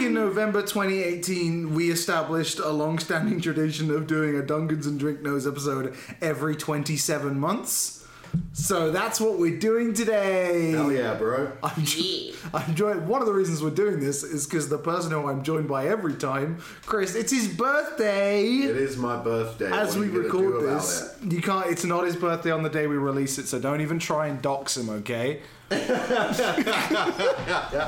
in November 2018, we established a long-standing tradition of doing a Dungeons and Drink Nose episode every 27 months. So that's what we're doing today. Hell yeah, bro. I'm, jo- Yeah. I'm joined. One of the reasons we're doing this is because the person who I'm joined by every time, Chris, it's his birthday. It is my birthday. As we What are you gonna record do about this, it? you can't. It's not his birthday on the day we release it, so don't even try and dox him, okay?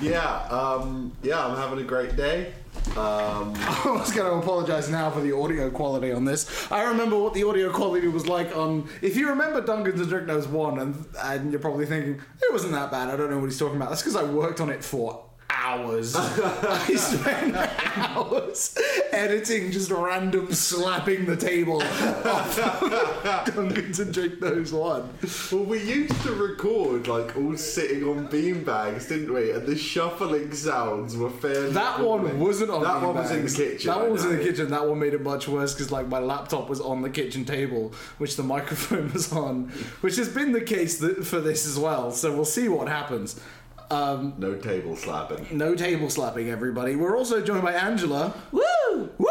Yeah, um, yeah, I'm having a great day. Um, I was going to apologize now for the audio quality on this. I remember what the audio quality was like on. If you remember Dungeons and Dragons 1, and, and you're probably thinking, it wasn't that bad, I don't know what he's talking about. That's because I worked on it for hours. I spent hours editing just random slapping the table of Dungeons and Dragons 1. well, we used to record like all sitting on beanbags, didn't we? And the shuffling sounds were fairly. That one annoying. wasn't on. That the one was in the bags. kitchen. That I one was in the know. kitchen. That one made it much worse because like my laptop was on the kitchen table, which the microphone was on, which has been the case th- for this as well. So we'll see what happens. Um, No table slapping. no table slapping, everybody. We're also joined by Angela. Woo! Woo!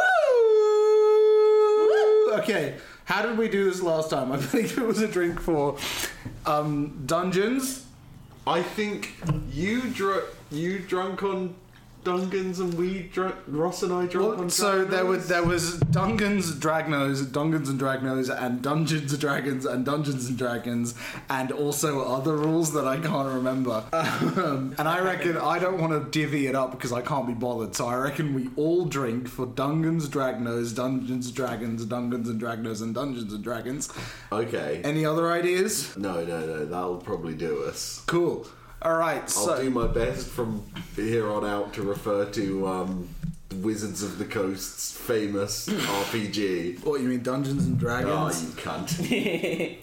Okay, how did we do this last time? I think it was a drink for um, dungeons. I think you dr- you drunk on Dungans and we drunk. Ross and I drunk on. So there was Dungans? there was Dungeons Dragnos, Dungeons and Dragnos, and Dungeons and Dragons and Dungeons and Dragons, and also other rules that I can't remember. Um, and I reckon I don't want to divvy it up because I can't be bothered. So I reckon we all drink for Dungeons Dragnos, Dungeons Dragons, Dungeons and Dragnos, and Dungeons and Dragons. Okay. Any other ideas? no, no, no. That'll probably do us. Cool. All right. So I'll do my best from here on out to refer to um, Wizards of the Coast's famous RPG. what you mean Dungeons and Dragons? Ah, you cunt.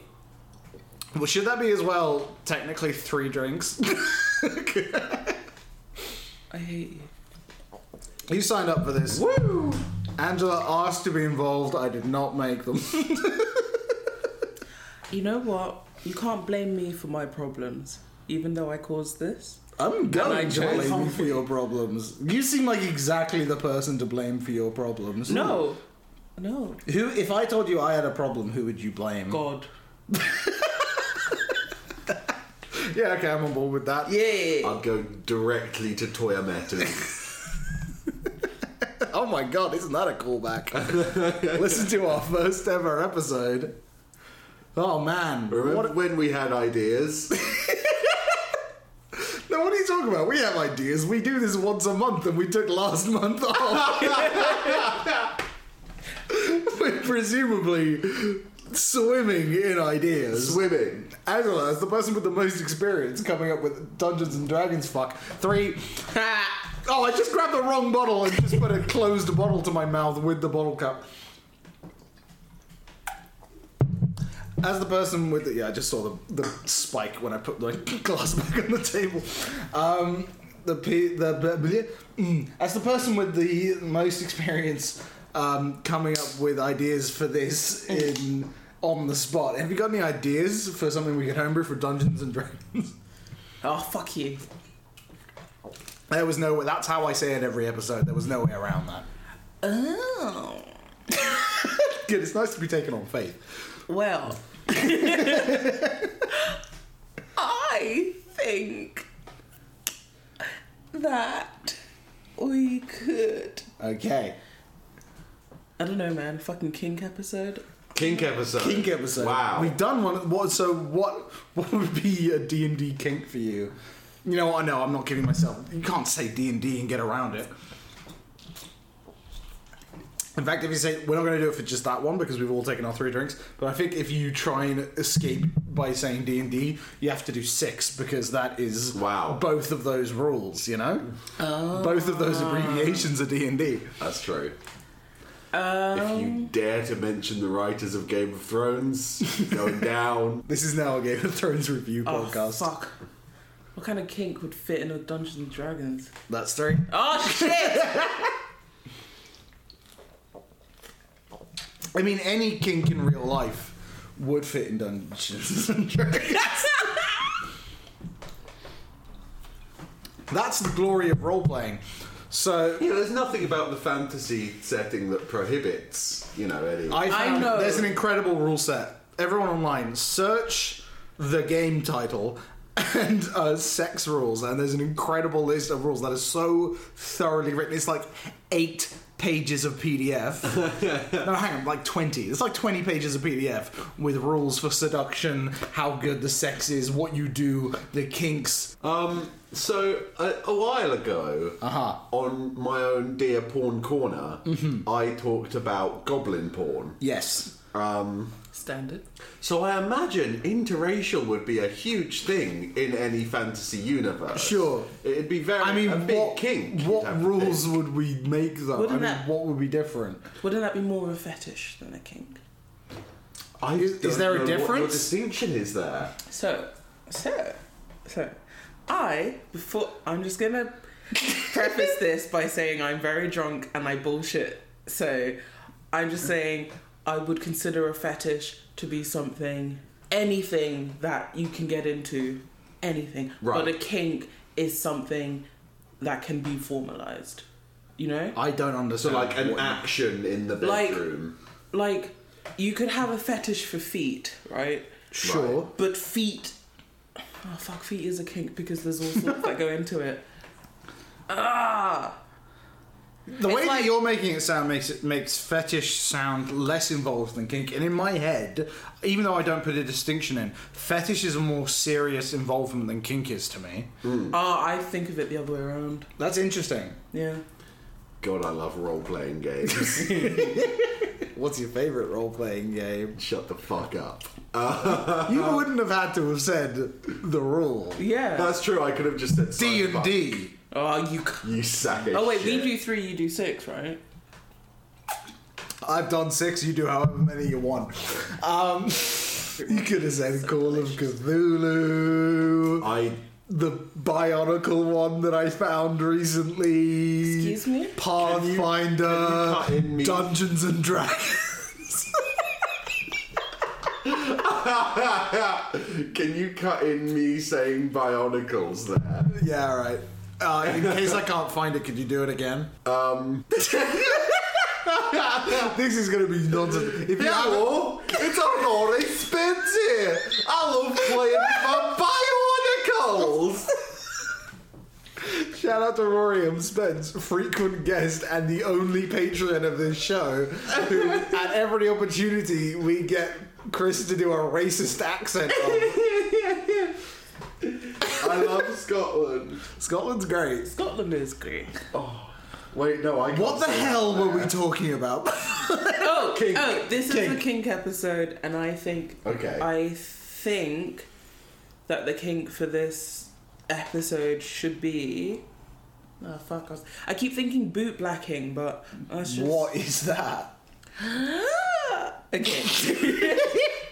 Well, should that be as well? Technically, three drinks. I hate you. You signed up for this. Woo! Angela asked to be involved. I did not make them. You know what? You can't blame me for my problems, even though I caused this. I'm going to chose. blame you for your problems. You seem like exactly the person to blame for your problems. No, no. Who? If I told you I had a problem, who would you blame? God. Yeah, okay, I'm on board with that. Yeah. I'll go directly to Toyametu. Oh my god, isn't that a callback? Listen to our first ever episode. Oh man. Remember What, when we had ideas? no, what are you talking about? We have ideas. We do this once a month and we took last month off. We're presumably swimming in ideas. Swimming. Angela, as the person with the most experience coming up with Dungeons and Dragons, fuck. Three. Ha! Oh, I just grabbed the wrong bottle and just put a closed bottle to my mouth with the bottle cap. As the person with the. Yeah, I just saw the, the spike when I put my glass back on the table. Um, the. P, the b- bleh. Mm. As the person with the most experience um, coming up with ideas for this in. On the spot. Have you got any ideas for something we could homebrew for Dungeons and Dragons? Oh, fuck you. There was no. That's how I say it every episode. There was no way around that. Oh. Good. It's nice to be taken on faith. Well. I think that we could. Okay. I don't know, man. Fucking kink episode. Kink episode. Kink episode. Wow. We've done one. What? So what? What would be a D and D kink for you? You know, I know I'm not kidding myself. You can't say D and D and get around it. In fact, if you say we're not going to do it for just that one because we've all taken our three drinks, but I think if you try and escape by saying D and D, you have to do six because that is Wow. both of those rules. You know, both of those abbreviations are D and D. That's true. if you dare to mention the writers of Game of Thrones, going down. This is now a Game of Thrones review Oh, podcast. fuck. What kind of kink would fit in a Dungeons and Dragons? That's three. Oh, shit! I mean, any kink in real life would fit in Dungeons and Dragons. That's the glory of role playing. So Yeah, there's nothing about the fantasy setting that prohibits, you know, any. I found know. there's an incredible rule set. Everyone online, search the game title and uh, sex rules, and there's an incredible list of rules that is so thoroughly written. It's like eight pages of PDF. no, hang on, like 20. It's like 20 pages of PDF with rules for seduction, how good the sex is, what you do, the kinks. Um, so a, a while ago, Uh-huh. Mm-hmm. on my own dear porn corner, I talked about goblin porn. Yes. Standard. So I imagine interracial would be a huge thing in any fantasy universe. Sure. it'd be very. I mean, a big what, kink. you'd have what to rules think. would we make though? Wouldn't I mean, that- what would be different? Wouldn't that be more of a fetish than a kink? I Is- is don't there a know What your difference? distinction is there? So, so, so, I before I'm just gonna preface this by saying I'm very drunk and I bullshit. So, I'm just saying I would consider a fetish to be something, anything that you can get into, anything. Right. But a kink is something that can be formalized. You know, I don't So understand. like an what- action in the Like- bedroom. like you could have a fetish for feet, right? Sure. But feet. Oh, fuck, feet is a kink because there's all sorts that go into it. Ah! The It's way like- that you're making it sound makes it makes fetish sound less involved than kink. And in my head, even though I don't put a distinction in, fetish is a more serious involvement than kink is to me. Ah, I think of it the other way around. That's interesting. Yeah. God, I love role playing games. What's your favorite role playing game? Shut the fuck up. You wouldn't have had to have said the rule. Yeah. That's true. I could have just said D and D. Oh, you. c- You sack of Oh, wait, we shit. do three, you do six, right? I've done six. You do however many you want. Um, you could have said Call of Cthulhu. I the bionicle one that I found recently. Excuse me? Pathfinder, Can you- can you cut in me? Dungeons and Dragons. Can you cut in me saying Bionicles there? yeah, all right. Uh, in case I can't find it, could you do it again? Um, This is going to be nonsense. If you haven't- hello, it's a Rory Spence here. I love playing with my Bionicles. shout out to Rory M. Spence, frequent guest and the only patron of this show, who at every opportunity we get Chris to do a racist accent. on. I love Scotland. Scotland's great. Scotland is green. Wait, no, I. Can't What the say hell that were we there. talking about? Oh, Kink. oh this is Kink. the kink episode, and I think. Okay. I think that the kink for this episode should be. Oh, fuck. I, was- I keep thinking boot blacking, but that's just. Ah! what is that? okay.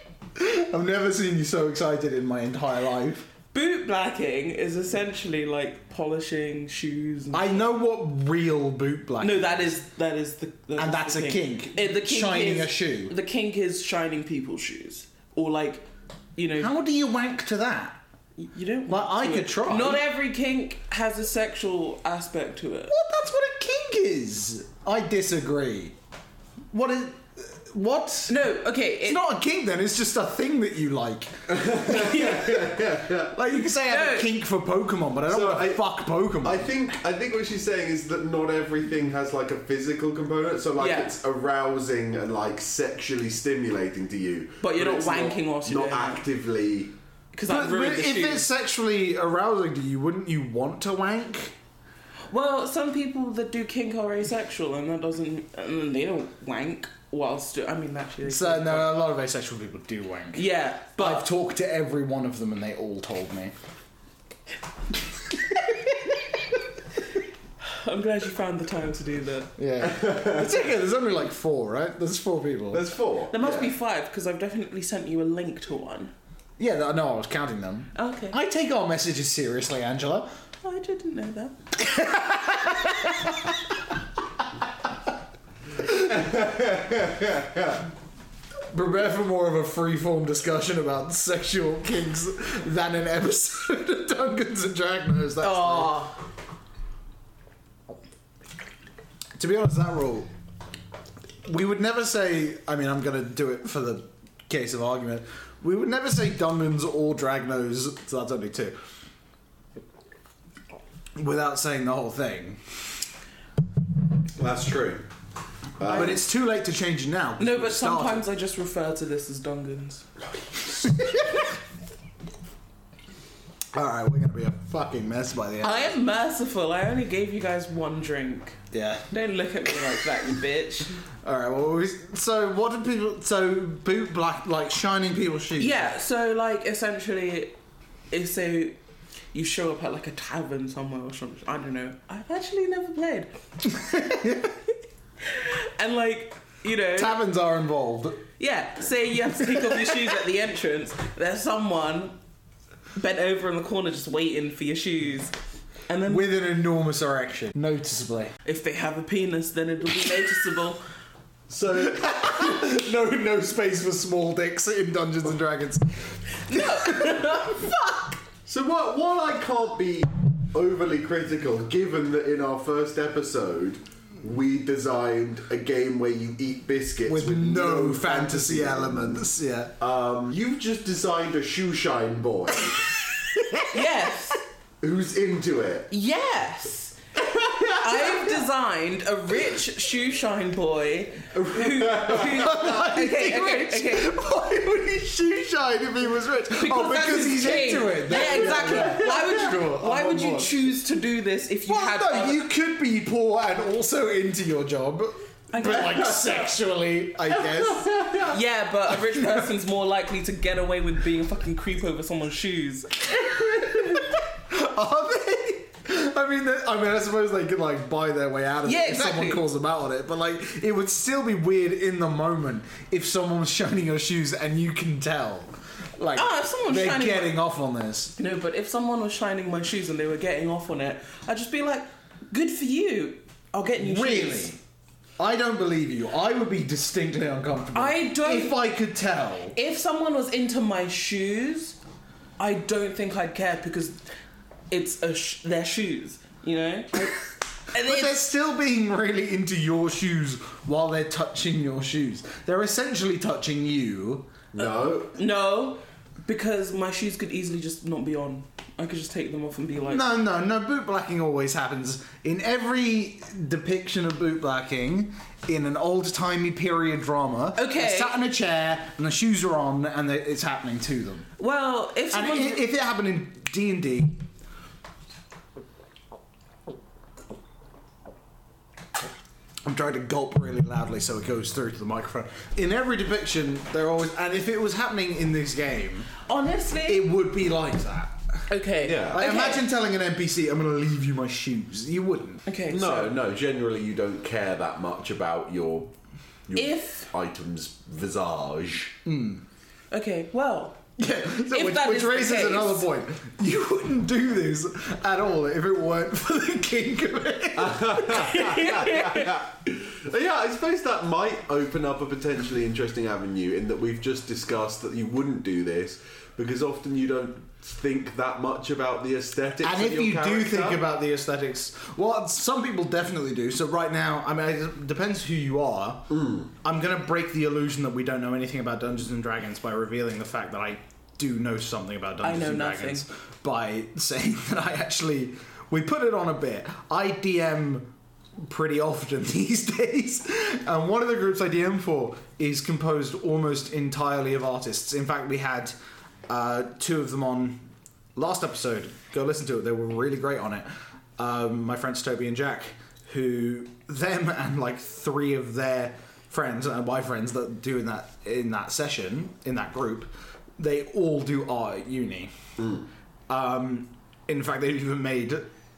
I've never seen you so excited in my entire life. boot blacking is essentially like polishing shoes. And- I know what real boot black. no, that is that is the that and is that's the a kink. kink. Eh, the kink shining is- a shoe. The kink is shining people's shoes, or like, you know, How do you wank to that? you don't. Well, want I to. could try. Not every kink has a sexual aspect to it. What? That's what a kink is. I disagree. What is? What? No, okay, it, It's not a kink then. It's just a thing that you like. Like you can say I have a No. kink for Pokemon, but I don't So want I- to fuck Pokemon. I think I think what she's saying is that not everything has like a physical component. So like Yeah. it's arousing and like sexually stimulating to you, But you're not it's wanking whilst you're not doing it. actively. because but I've but ruined the if shoes. it's sexually arousing to you, wouldn't you want to wank? Well, some people that do kink are asexual, and that doesn't, and they don't wank whilst. do- I mean, actually, they So could. uh, no, a lot of asexual people do wank. yeah, but I've talked to every one of them and they all told me. I'm glad you found the time to do that. Yeah. it's okay, there's only like four, right? There's four people. There's four. There must Yeah. be five because I've definitely sent you a link to one. yeah, I know, I was counting them. Oh, Okay, I, I take our messages seriously, Angela. didn't know that. prepare for more of a free-form discussion about sexual kinks than an episode of Dungeons and Dragons. That's Oh, To be honest, that rule, we would never say. I mean, I'm going to do it for the case of argument. We would never say Dungans or Dragnos. So that's only two. Without saying the whole thing, That's true. Um, but it's too late to change it now. no, We but started. sometimes I just refer to this as Dungans. All right, we're going to be a fucking mess by the end. I am merciful. I only gave you guys one drink. yeah. Don't look at me like that, you bitch. All right. Well, we, so what did people? So boot black, like shining people's shoes. Yeah, so like essentially, if so, you show up at like a tavern somewhere or something. I don't know. I've actually never played. and like you know, Taverns are involved. yeah. Say you have to take off your shoes at the entrance. There's someone bent over in the corner just waiting for your shoes. And then With an enormous erection, noticeably. if they have a penis, then it'll be noticeable. So, no, no space for small dicks in Dungeons and Dragons. So while, while I can't be overly critical, given that in our first episode we designed a game where you eat biscuits With no fantasy elements. Yeah. Um, you've just designed a shoeshine boy yes. who's into it. Yes. I've designed a rich shoeshine boy who, who okay, okay, okay. Why would he shoe shine if he was rich? oh, that's because his he's thing. into it. Yeah, exactly. Why would you, Sure, I'm why on would you board. choose to do this if you Well, had? no, other- you could be poor and also into your job. I But, like, sexually, I guess. yeah, but a rich person's more likely to get away with being a fucking creep over someone's shoes. Are they? I mean, they- I mean, I suppose they could like buy their way out of Yeah, it if someone exactly. calls them out on it. But like, it would still be weird in the moment if someone's shining your shoes and you can tell. Like, Oh, if someone's they're shining my- getting off on this. No, but if someone was shining my shoes and they were getting off on it, I'd just be like, "Good for you. I'll get new Really, shoes." I don't believe you. I would be distinctly uncomfortable. I don't- If I could tell. if someone was into my shoes, I don't think I'd care because it's a sh- their shoes, you know. And But they're it's- still being really into your shoes while they're touching your shoes. They're essentially touching you. No, no, because my shoes could easily just not be on. I could just take them off and be like, No, no, no. Bootblacking always happens in every depiction of bootblacking in an old-timey period drama. Okay. they're sat in a chair and the shoes are on, and they, it's happening to them. "Well, if And i someone, if it happened in D and D, I'm trying to gulp really loudly so it goes through to the microphone. In every depiction, they're always, and if it was happening in this game, honestly, it would be like that. okay, Yeah. Like, okay. imagine telling an NPC, I'm going to leave you my shoes. You wouldn't. okay, no, so no. Generally, you don't care that much about your your If- item's visage. okay, well, Yeah, so If which that which is the raises case- another point. You wouldn't do this at all if it weren't for the kink of it. Yeah, I suppose that might open up a potentially interesting avenue in that we've just discussed that you wouldn't do this because often you don't think that much about the aesthetics. And of if your you do character. think about the aesthetics, well, some people definitely do. So right now, I mean, it depends who you are. Mm. I'm going to break the illusion that we don't know anything about Dungeons and Dragons by revealing the fact that I do know something about Dungeons know and nothing. Dragons by saying that I actually we put it on a bit. I DM pretty often these days, and one of the groups I DM for is composed almost entirely of artists. In fact, we had uh, two of them on last episode. Go listen to it; they were really great on it. Um, my friends Toby and Jack, who them and like three of their friends and my friends that do in that in that session in that group, they all do art at uni. Um, in fact, they've even made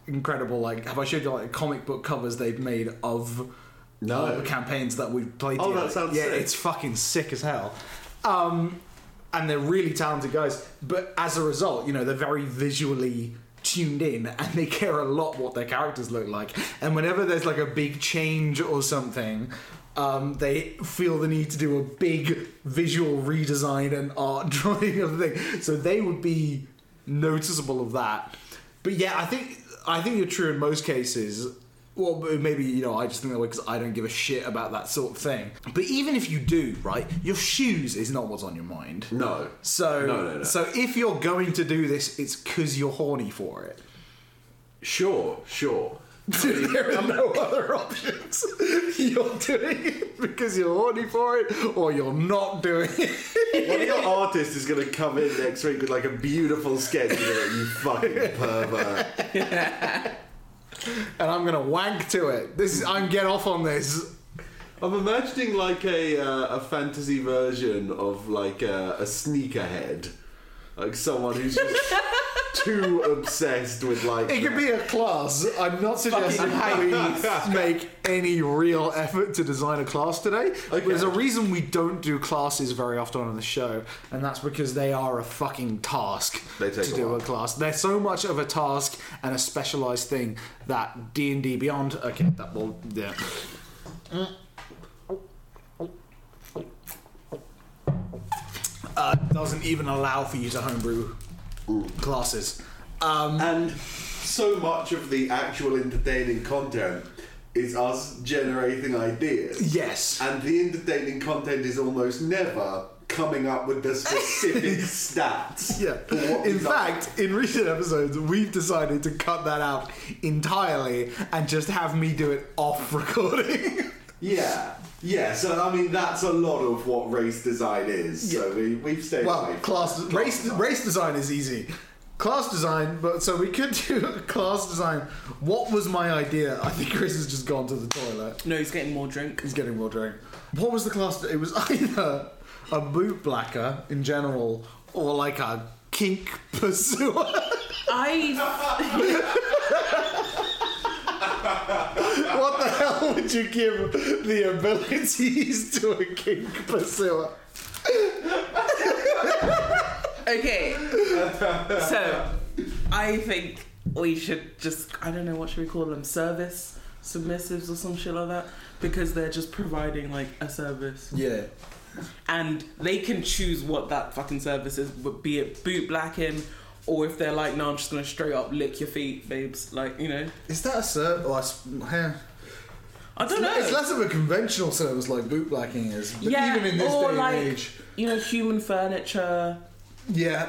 incredible like have I showed you like comic book covers they've made of No. uh, campaigns that we've played. Oh, together. that sounds yeah, sick. it's fucking sick as hell. Um, and they're really talented guys, but as a result, you know, they're very visually tuned in and they care a lot what their characters look like. And whenever there's like a big change or something, um, they feel the need to do a big visual redesign and art drawing of the thing. So they would be noticeable of that. But yeah, I think I think you're true in most cases. Well, maybe you know I just think that way because I don't give a shit about that sort of thing. But even if you do, right, your shoes is not what's on your mind. No. So, No, no, no. so if you're going to do this, it's because you're horny for it. Sure, sure. there are no other options. You're doing it because you're horny for it, or you're not doing it. One of your artists is going to come in next week with like a beautiful sketch of it, you fucking pervert. And I'm gonna wank to it. This is I'm get off on this. I'm imagining like a uh, a fantasy version of like a, a sneakerhead, like someone who's just too obsessed with like. It could be a class. I'm not suggesting that we make any real effort to design a class today. Okay. There's a reason we don't do classes very often on the show, and that's because they are a fucking task They take to a do while. a class. They're so much of a task and a specialized thing that D and D Beyond. Okay, that will yeah. Uh, doesn't even allow for you to homebrew classes. Um, and so much of the actual entertaining content is us generating ideas, yes. and the entertaining content is almost never coming up with the specific stats. Yeah. for what In we've done. fact, in recent episodes, we've decided to cut that out entirely and just have me do it off recording. Yeah. Yeah, so I mean that's a lot of what race design is. So we we've stayed well, away from class race design. race design is easy. Class design, but so we could do class design. What was my idea? I think Chris has just gone to the toilet. No, he's getting more drink. He's getting more drunk. What was the class? It was either a bootblacker in general or like a kink pursuer. I What the hell would you give the abilities to a kink pursuer? okay. So I think we should just I don't know what should we call them service submissives or some shit like that because they're just providing like a service Yeah. and they can choose what that fucking service is, but be it boot blacking. Or if they're like, no, I'm just gonna straight up lick your feet, babes. Like, you know, Is that a service? Oh, I s- yeah. I don't It's know. le- It's less of a conventional service like bootblacking is, but Yeah, even in this or day like- and age, you know, human furniture. yeah.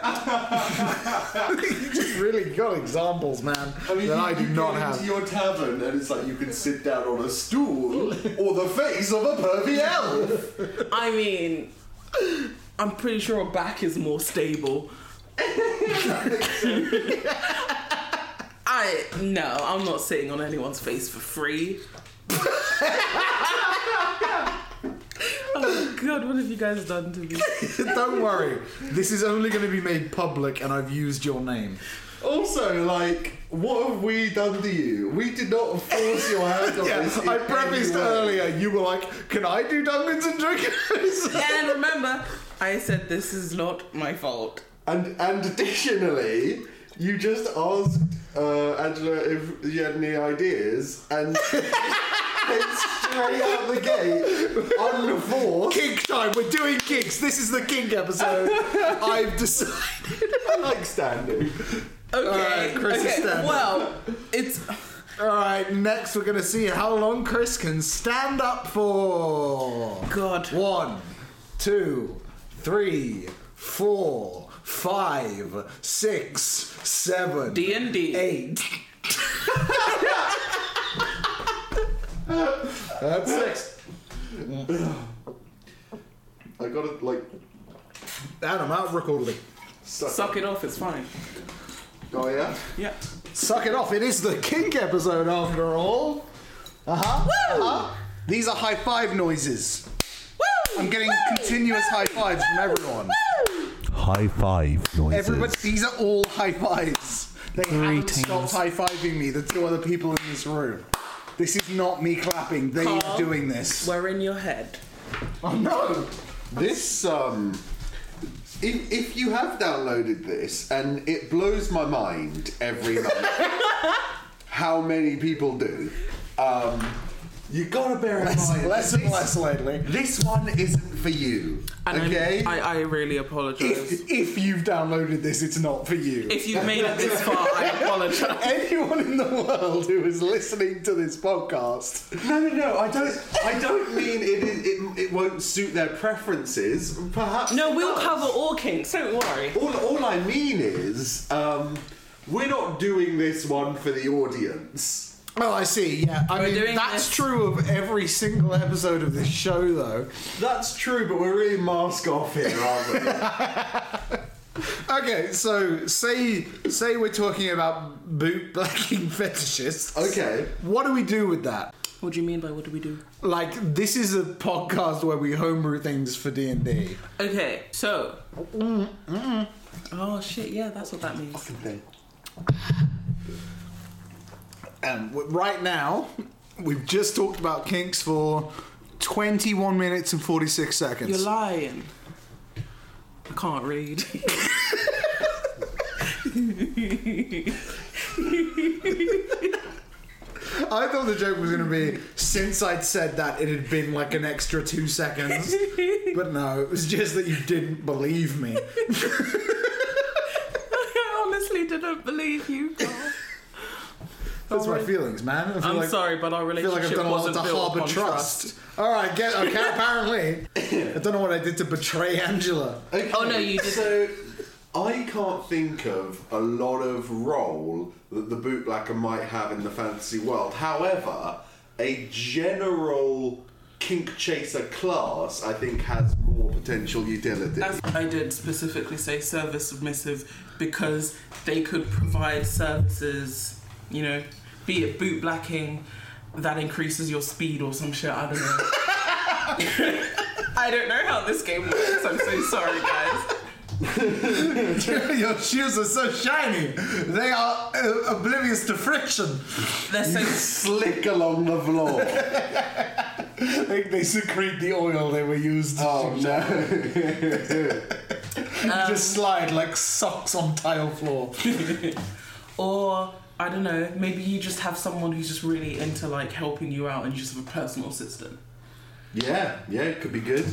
you just really got examples, man, that I do not go have. into your tavern and it's like you can sit down on a stool or the face of a pervy elf. I mean, I'm pretty sure a back is more stable. I no, I'm not sitting on anyone's face for free. oh god, what have you guys done to me? Don't worry, this is only going to be made public, and I've used your name. Also, like, what have we done to you? We did not force your hand on Yeah, this. in I any prefaced way. earlier. You were like, "Can I do Dungeons and Dragons?" And remember, I said this is not my fault. And and additionally, you just asked uh, Angela if you had any ideas, and it's straight out the gate, unforced. Kink time. We're doing kinks. This is the kink episode. I've decided. I like standing. Okay, Alright, Chris is okay. standing. Well, it's All right. Next, we're gonna see how long Chris can stand up for. God. One, two, three, four, five, six, seven, D&D. eight. That's six. I gotta like Adam, out recording. suck. Suck it off, it's fine. Oh yeah. Yeah. Suck it off. It is the kink episode after all. Uh huh. Uh-huh. These are high five noises. Woo! I'm getting continuous high fives from everyone. High five noises. Everybody, these are all high fives. They haven't Greetings. stopped high fiving me. The two other people in this room. This is not me clapping. They are Carl. doing this. We're in your head. Oh no! This um if, if you have downloaded this, and it blows my mind every month how many people do, um, you gotta bear in mind. less that and this, less lately. This one isn't for you. And I'm- okay? I, I really apologise. If, if you've downloaded this, it's not for you. If you've made it this far, I apologise. Anyone in the world who is listening to this podcast, No, no, no. I don't. I don't mean it. It, it, it won't suit their preferences. Perhaps No, it we'll does. cover all kinks, don't worry. All, all I mean is, um, we're not doing this one for the audience. Oh, I see. Yeah, I We're mean doing that's this- true of every single episode of this show, though. That's true, but we're really mask off here, aren't we? Okay, so say say we're talking about bootblacking fetishists. Okay. what do we do with that? What do you mean by what do we do? Like, this is a podcast where we homebrew things for D and D. Okay, so. Mm-hmm. Oh shit, yeah, that's what that means. Um, w- right now, we've just talked about kinks for 21 minutes and 46 seconds. You're lying. I can't read. I thought the joke was going to be since I'd said that, it had been like an extra two seconds. but no, it was just that you didn't believe me. I honestly didn't believe you. Carl. That's my feelings, man. I feel I'm like- sorry, but our I feel like I've relationship done a lot wasn't to built harbour upon trust. trust. All right, get okay. apparently, I don't know what I did to betray Angela. Okay, Oh, no, you didn't. So I can't think of a lot of role that the bootblacker might have in the fantasy world. However, a general kink chaser class, I think, has more potential utility. That's I did specifically say service submissive because they could provide services, you know, be it boot blacking that increases your speed or some shit, I don't know. I don't know how this game works, I'm so sorry guys. Your shoes are so shiny; they are uh, oblivious to friction. They're so Slick along the floor. They, they secrete the oil they were used. to oh no. Just slide like socks on tile floor. or I don't know, maybe you just have someone who's just really into like helping you out and you just have a personal assistant. Yeah, yeah, it could be good.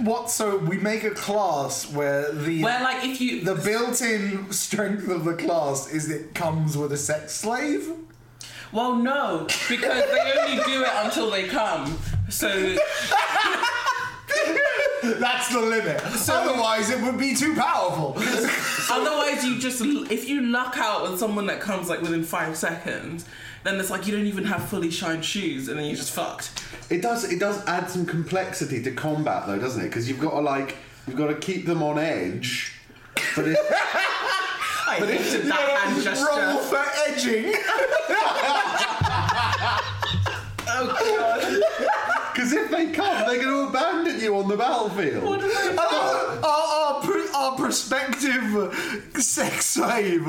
What? So we make a class where the Where like if you the built-in strength of the class is it comes with a sex slave. Well, no, because they only do it until they come. So That's the limit. Otherwise, it would be too powerful. otherwise, you just if you luck out with someone that comes like within five seconds, then it's like you don't even have fully shined shoes, and then you're just fucked. It does. It does add some complexity to combat, though, doesn't it? Because you've got to like, you've got to keep them on edge. But if, I hated that hand gesture. Roll for edging. Oh, Because if they come, they're going to abandon you on the What battlefield. did I do? our, our, pr- our prospective sex slave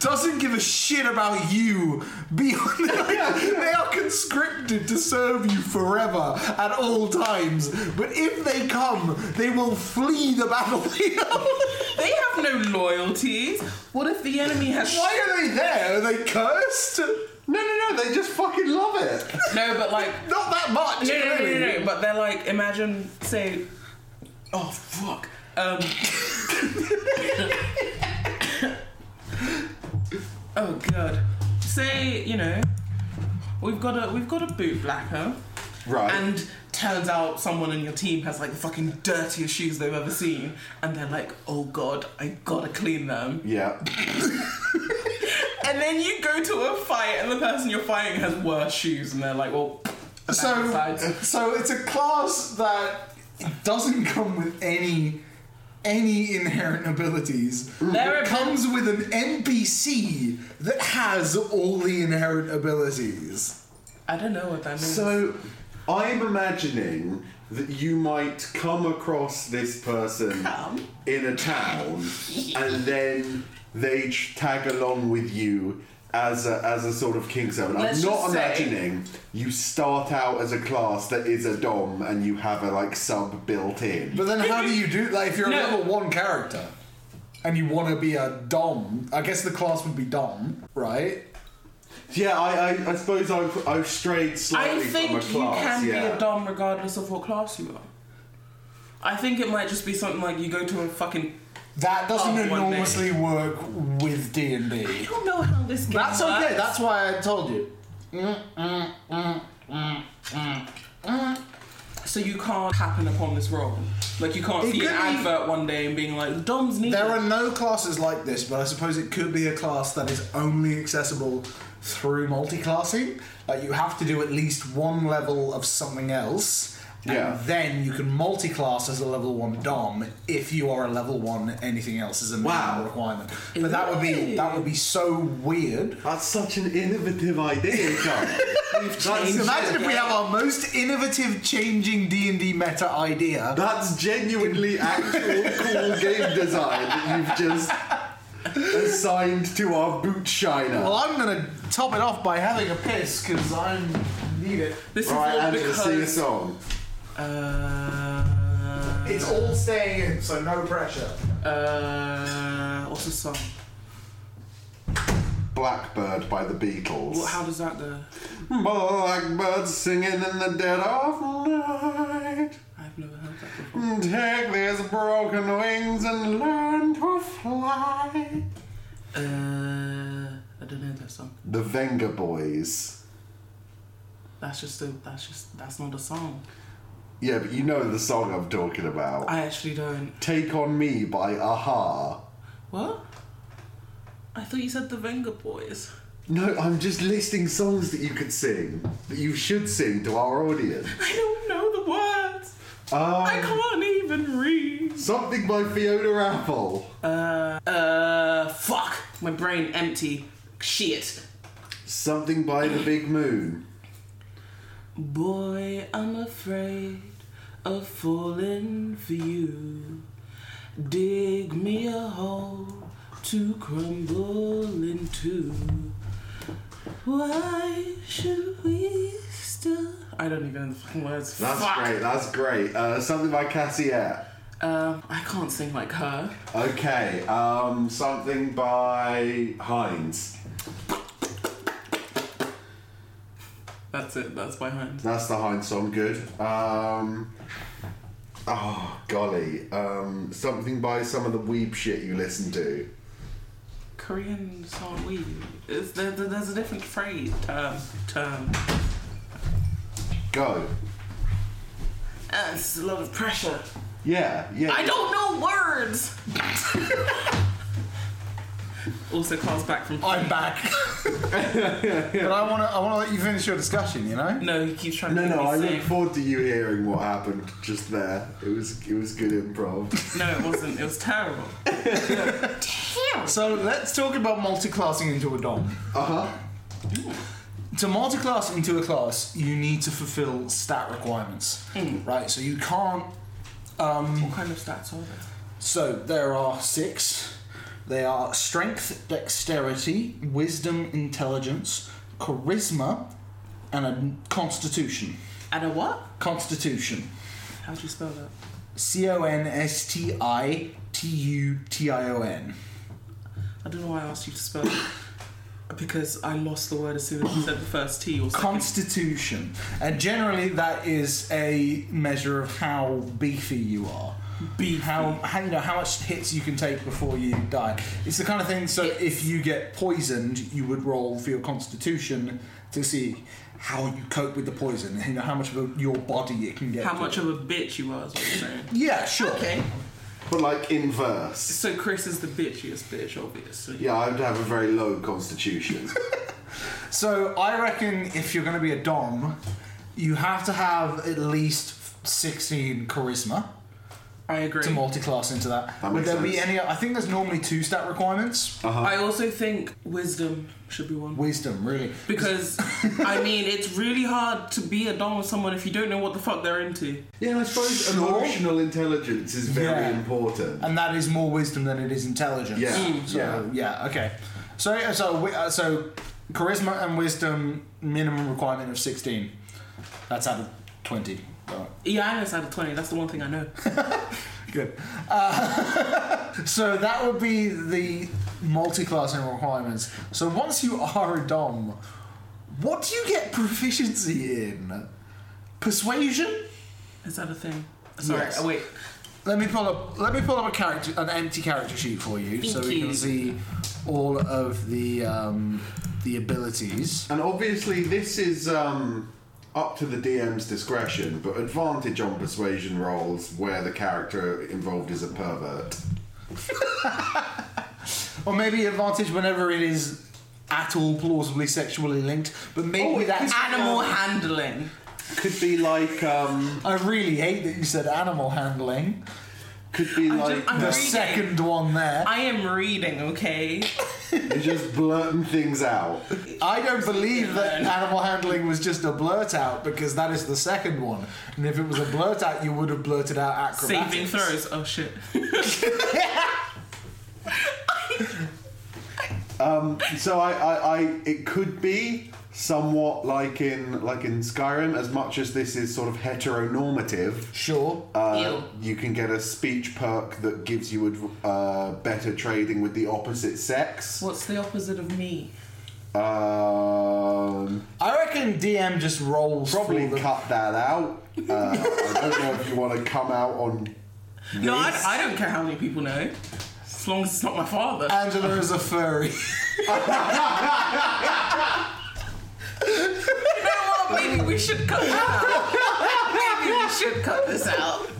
doesn't give a shit about you. Beyond, they are conscripted to serve you forever at all times. But if they come, they will flee the battlefield. They have no loyalties. What if the enemy has? Why are they there? Are they cursed? No, no, no. They just fucking love it. No, but like Not that much. no, no, no, really. no, no. But they're like imagine say, oh fuck. Um. oh god. Say you know, we've got a we've got a boot blacker, Right. and turns out someone in your team has like the fucking dirtiest shoes they've ever seen, and they're like, oh god, I gotta clean them. yeah. And then you go to a fight, and the person you're fighting has worse shoes, and they're like, well. So, besides." so it's a class that doesn't come with any any inherent abilities. There It are- comes with an NPC that has all the inherent abilities. I don't know what that means. So I'm imagining that you might come across this person Come. in a town, and then they tr- tag along with you. as a, as a sort of king servant. Let's I'm not just say- imagining you start out as a class that is a dom and you have a like sub built in. But then how do you do like if you're No. a level one character and you want to be a dom? I guess the class would be dom, right? Yeah, I I, I suppose I've I've strayed I slightly think from a you class. can yeah. be a dom regardless of what class you are. I think it might just be something like you go to a fucking. That doesn't Oh, one enormously work with D and I D. don't know how this game That's okay. works. That's why I told you. So you can't happen upon this role. Like you can't It see an could be- advert one day and being like, Dom's needed. There are no classes like this, but I suppose it could be a class that is only accessible through multi-classing. Like you have to do at least one level of something else, and Yeah. then you can multi-class as a level one dom if you are a level one. Anything else is a minimum Wow. requirement. But that would be that would be so weird. That's such an innovative idea, Carl. We've That's- changed Imagine it. if we have our most innovative, changing D and D meta idea. That's genuinely actual cool game design that you've just assigned to our boot shiner. Well, I'm gonna top it off by having a piss because I need it. This right, is all Angela, sing a because. song. Uh, It's all staying in, so no pressure. Uh, what's the song? Blackbird by the Beatles. Hmm. What, how does that go? Blackbird singing in the dead of night. Hmm, I've never heard that before. Take these broken wings and learn to fly. Uh, I don't know that song. The Venga Boys. That's just a. That's just. That's not a song. Yeah, but you know the song I'm talking about. I actually don't. Take on Me by Aha. What? I thought you said the Venga Boys. No, I'm just listing songs that you could sing, that you should sing to our audience. I don't know the words. I Um, can't even read. something by Fiona Apple. Uh, uh, fuck. My brain empty. Shit. Something by The Big Moon. Boy, I'm afraid of falling for you. Dig me a hole to crumble into. Why should we still? I don't even know the fucking words. That's Fuck. great, that's great. Uh, something by Cassiette. Um, I can't sing like her. Okay, um, something by Heinz. That's it. That's by hand. That's the Heinz song, good. Um, oh, golly. Um, something by some of the weeb shit you listen to. Koreans aren't we? It's, there, there- there's a different phrase term. term. Go. Uh, it's a lot of pressure. Yeah, yeah. I don't know words. also, Carl's back from. I'm back. but I want to. I want to let you finish your discussion. You know. No, he keeps trying to. No, make no, me I sing. look forward to you hearing what happened just there. It was it was good improv. No, it wasn't. It was terrible. So let's talk about multi-classing into a dom. Uh-huh. To multi-class into a class, you need to fulfill stat requirements, right? So you can't. Um, What kind of stats are there? so there are six. They are strength, dexterity, wisdom, intelligence, charisma, and a constitution. And a what? Constitution. How do you spell that? C O N S T I T U T I O N. I don't know why I asked you to spell it. Because I lost the word as soon as you said the first T or something. Constitution. And generally, that is a measure of how beefy you are. Beefy. How, how you know how much hits you can take before you die. It's the kind of thing. So if you get poisoned, you would roll for your Constitution to see how you cope with the poison. You know how much of a, your body it can get. How to. much of a bitch you are is what you're saying. Yeah, sure. Okay. But like in verse. So Chris is the bitchiest bitch, obviously. Yeah, I would have a very low constitution. So I reckon if you're going to be a dom, you have to have at least 16 charisma. I agree. to multi-class into that. That Would makes there be sense. Oh. any? I think there's normally two stat requirements. Uh-huh. I also think wisdom should be one. Wisdom, really. Because I mean, it's really hard to be a dom with someone if you don't know what the fuck they're into. yeah, I suppose Sure. emotional intelligence is very Yeah. important. And that is more wisdom than it is intelligence. Yeah, Mm. So, yeah. Okay. So yeah, so we- uh, so charisma and wisdom minimum requirement of 16. That's out of 20. Alright. Yeah, I know it's out of 20. That's the one thing I know. Good. Uh, so that would be the multi-classing requirements. So once you are a dom, what do you get proficiency in? Persuasion? Is that a thing? Sorry, Yes. oh, wait. Let me pull up. Let me pull up a character, an empty character sheet for you, so Thank we you. can see all of the um, the abilities. And obviously, this is um, up to the DM's discretion, but advantage on persuasion rolls where the character involved is a pervert. Or maybe advantage whenever it is at all plausibly sexually linked, but maybe Oh, it that is- Animal handling. Could be like, um, I really hate that you said animal handling. could be I'm like, just- I'm The Reading. second one there. I am reading, okay? you're just blurting things out. I don't believe that animal handling was just a blurt out because that is the second one. And if it was a blurt out, you would have blurted out acrobatics. Saving throws. Oh shit. Um, so I, I, I, it could be somewhat like in like in Skyrim, as much as this is sort of heteronormative. Sure. Uh, you can get a speech perk that gives you adv- uh, better trading with the opposite sex. What's the opposite of me? Um, I reckon DM just rolls probably for the- cut that out. Uh, I don't know if you want to come out on. No, I, this. I don't care how many people know. As long as it's not my father. Angela is a furry. you know what? Maybe we should cut this out. Maybe we should cut this out.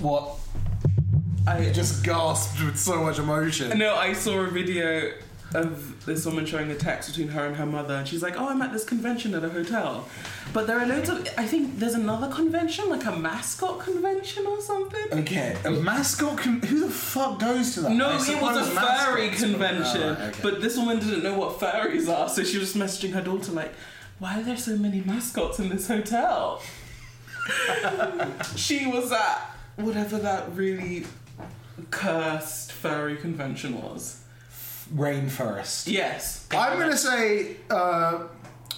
what? I just. Just gasped with so much emotion. No, I saw a video of this woman showing the text between her and her mother, and she's like, "Oh, I'm at this convention at a hotel, but there are loads of. I think there's another convention, like a mascot convention or something. Okay, a mascot. Con- who the fuck goes to that? No, I it suppose was a furry mascots- convention, Oh, right, okay. but this woman didn't know what furries are, so she was just messaging her daughter like, "Why are there so many mascots in this hotel?" she was at whatever that really cursed furry convention was. rainforest. Yes, I'm gonna say uh,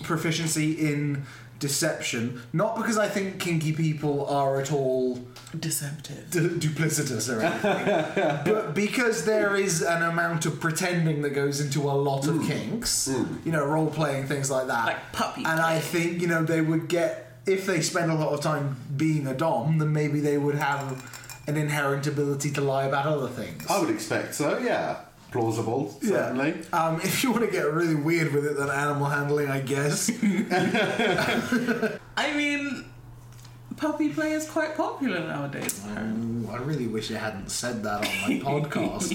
proficiency in deception, not because I think kinky people are at all deceptive. d- duplicitous or anything, but because there is an amount of pretending that goes into a lot of kinks, you know, role playing things like that. Like puppy And I play. think you know they would get if they spend a lot of time being a dom, then maybe they would have an inherent ability to lie about other things. I would expect so. Yeah, plausible. Oh, Certainly. Um, if you want to get really weird with it, then animal handling, I guess. I mean, puppy play is quite popular nowadays. Lauren. Ooh, I really wish I hadn't said that on my podcast.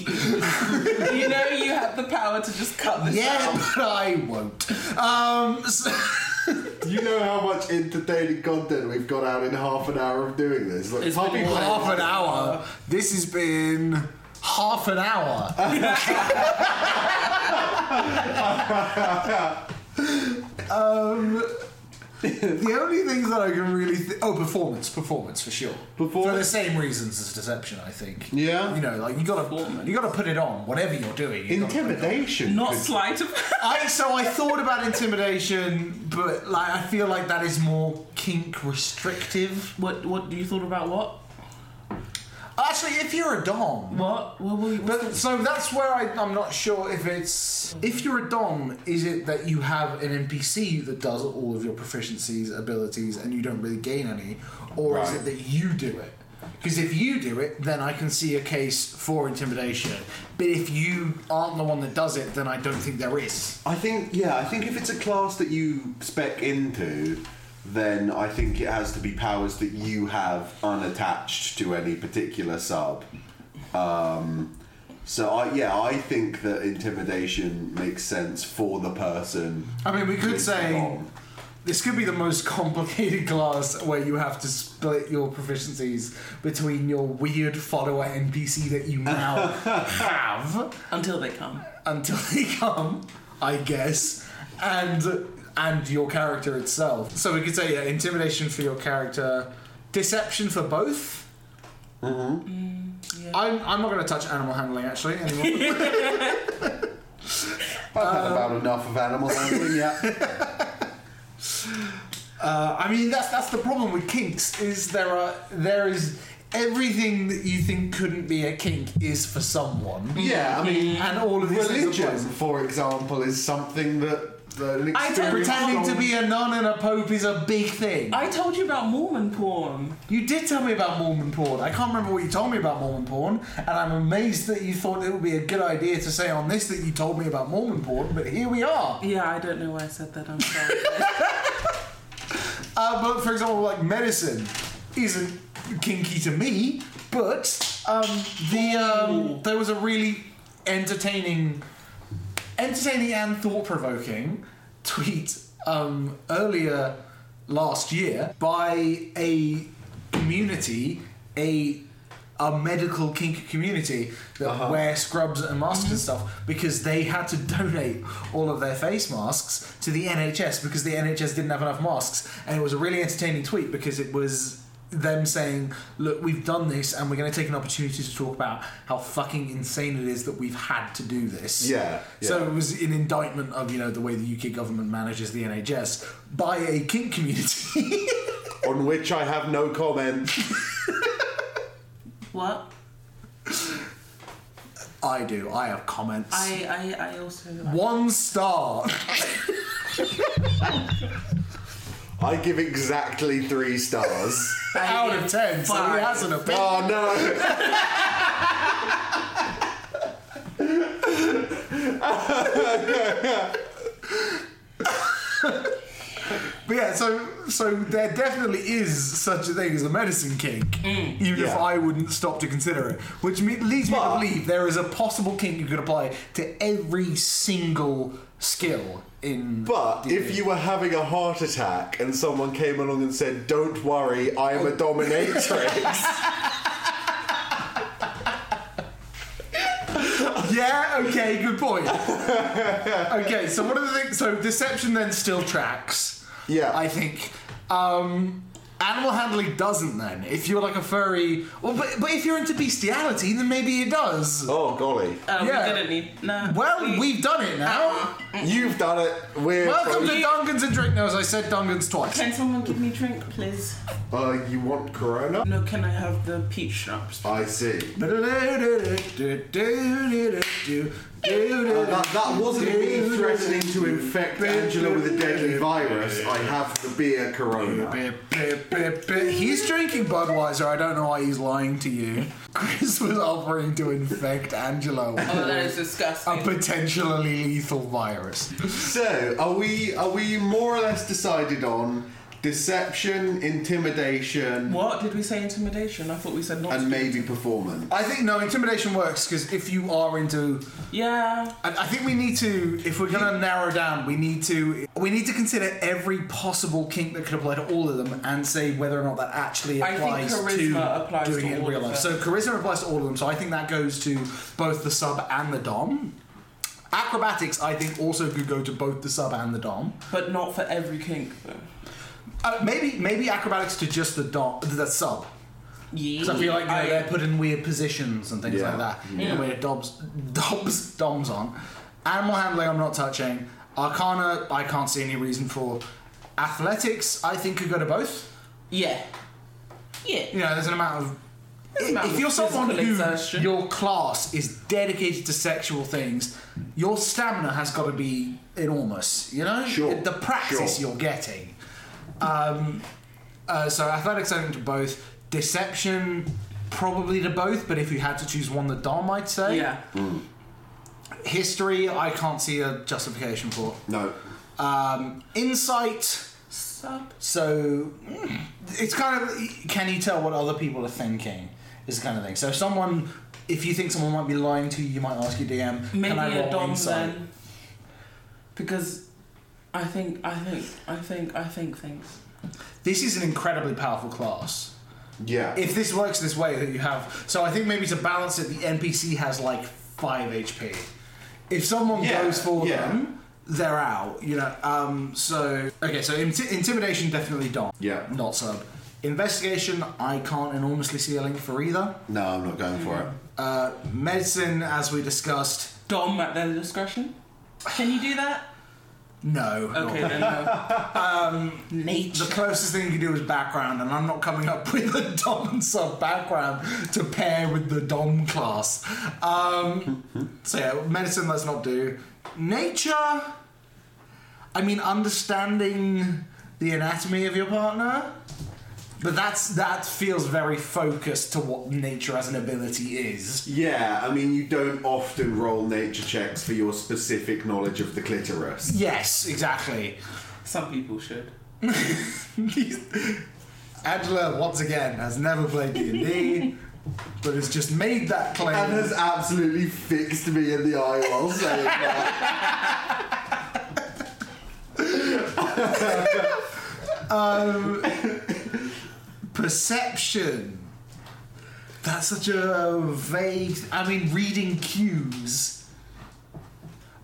you know, you have the power to just cut this yeah, out. but I won't. Um, so- You know how much entertaining content we've got out in half an hour of doing this. Like, It's puppy been play- half an hour. This has been half an hour. um, the only things that I can really th- oh performance performance for sure for the Performance? same reasons as deception I think Yeah. you know like you gotta Performance. you gotta put it on whatever you're doing you gotta put it on. Intimidation. Not could- slight of. I so I thought about intimidation but like I feel like that is more kink restrictive What? What do you thought about what? Actually, if you're a dom, What? What? what, what? but so that's where I, I'm not sure if it's if you're a dom, is it that you have an NPC that does all of your proficiencies, abilities, and you don't really gain any, or is Right. it that you do it? Because if you do it, then I can see a case for intimidation. But if you aren't the one that does it, then I don't think there is. I think yeah, I think if it's a class that you spec into, then I think it has to be powers that you have unattached to any particular sub. Um, so I yeah, I think that intimidation makes sense for the person. I mean, we could with the say bomb. this could be the most complicated class where you have to split your proficiencies between your weird follower NPC that you now have Until they come. until they come, I guess, and and your character itself. So we could say yeah, intimidation for your character, deception for both. Mm-hmm. I'm, I'm not going to touch animal handling actually anymore. I've had about enough of animal handling, yeah. Uh, I mean, that's that's the problem with kinks is there are there is everything that you think couldn't be a kink is for someone. Yeah, I mean, And all of these things religion, apply. for example, is something that, that an I extremely think pretending to strong- be a nun and a pope is a big thing. I told you about Mormon porn. you did tell me about Mormon porn. I can't remember what you told me about Mormon porn, and I'm amazed that you thought it would be a good idea to say on this that you told me about Mormon porn, but here we are. Yeah, I don't know why I said that. I'm sorry. Uh, but for example, like medicine isn't kinky to me, but um, the um, there was a really entertaining, entertaining and thought provoking tweet um, earlier last year by a community, a a medical kink community that Uh-huh. wear scrubs and masks and stuff because they had to donate all of their face masks to the NHS because the NHS didn't have enough masks. And it was a really entertaining tweet because it was them saying, Look, we've done this and we're going to take an opportunity to talk about how fucking insane it is that we've had to do this. Yeah, yeah. So it was an indictment of, you know, the way the UK government manages the NHS by a kink community. on which I have no comment. what? I do. I have comments. I, I, I also. uh, One star. I give exactly three stars. I out of give ten. So he five. has an opinion. oh no! But yeah, so so there definitely is such a thing as a medicine kink, Mm, even if Yeah. I wouldn't stop to consider it. Which me- leads me to But- believe there is a possible kink you could apply to every single skill in. But if you were having a heart attack and someone came along and said, "Don't worry, I am a dominatrix," yeah, okay, good point. okay, so what are the things? So deception then still tracks. Yeah. I think. Um, Animal handling doesn't then. If you're like a furry, well, but, but if you're into bestiality, then maybe it does. oh golly, Oh, Yeah. we didn't need. No. Well, we've done it now. you've done it. We're Welcome to from- Dungans and Drink Knows. I said Dungans twice. Can someone give me a drink, please? uh, you want Corona? No, can I have the peach schnapps? I see. Uh, that, That that wasn't me threatening to infect Angela with a deadly virus. I have the beer Corona. He's drinking Budweiser. I don't know why he's lying to you. Chris was offering to infect Angelo with Oh, that is a disgusting. Uh, potentially lethal virus. So, are we are we more or less decided on deception, intimidation, what did we say? Intimidation? I thought we said not. and to. maybe performance? I think no intimidation works because if you are into Yeah. I, I think we need to, if we're going to narrow down, we need to we need to consider every possible kink that could apply to all of them and say whether or not that actually I think applies to charisma applies doing to it in all real of life. So them. charisma applies to all of them. So I think that goes to both the sub and the dom. Acrobatics, I think, also could go to both the sub and the dom. But not for every kink, though. Uh, maybe maybe acrobatics to just the dom, the sub. Yeah. Because I feel like you know, they're put in weird positions and things Yeah. like that. In a way, Dobbs, Dobbs, Dom's on. Animal handling, I'm not touching. Arcana, I can't see any reason for. Athletics, I think could go to both. yeah. Yeah. You know, there's an amount of. There's an amount if of you're someone physical who exertion. your class is dedicated to sexual things, your stamina has got to be enormous. You know, Sure, the practice sure. you're getting. Um, uh, so athletics, I think to both. Deception, probably to both. But if you had to choose one, the dom, I'd say. Yeah. History, I can't see a justification for. No. Um, insight. Sub. So mm, it's kind of can you tell what other people are thinking is the kind of thing. So if someone, if you think someone might be lying to you, you might ask your DM, Maybe "Can I a roll dom insight?" then. Because I think I think I think I think things. This is an incredibly powerful class. Yeah. If this works this way, that you have. So I think maybe to balance it, the NPC has like five HP. If someone Yeah, goes for yeah. them, they're out. You know. Um, so okay. So inti- intimidation definitely dom. Yeah. Not sub. Investigation, I can't enormously see a link for either. No, I'm not going for it. Uh, medicine, as we discussed, Dom at their discretion. Can you do that? no. not Okay, then no. The closest thing you can do is background, and I'm not coming up with a Dom and sub background to pair with the Dom class. Um, so yeah, medicine let's not do. Nature, I mean, understanding the anatomy of your partner, but that's that feels very focused to what nature as an ability is. Yeah, I mean, you don't often roll nature checks for your specific knowledge of the clitoris. Yes, exactly. Some people should. Angela once again has never played D and D, but has just made that claim. And has absolutely fixed me in the eye while saying that. Perception. That's such a vague. I mean, reading cues.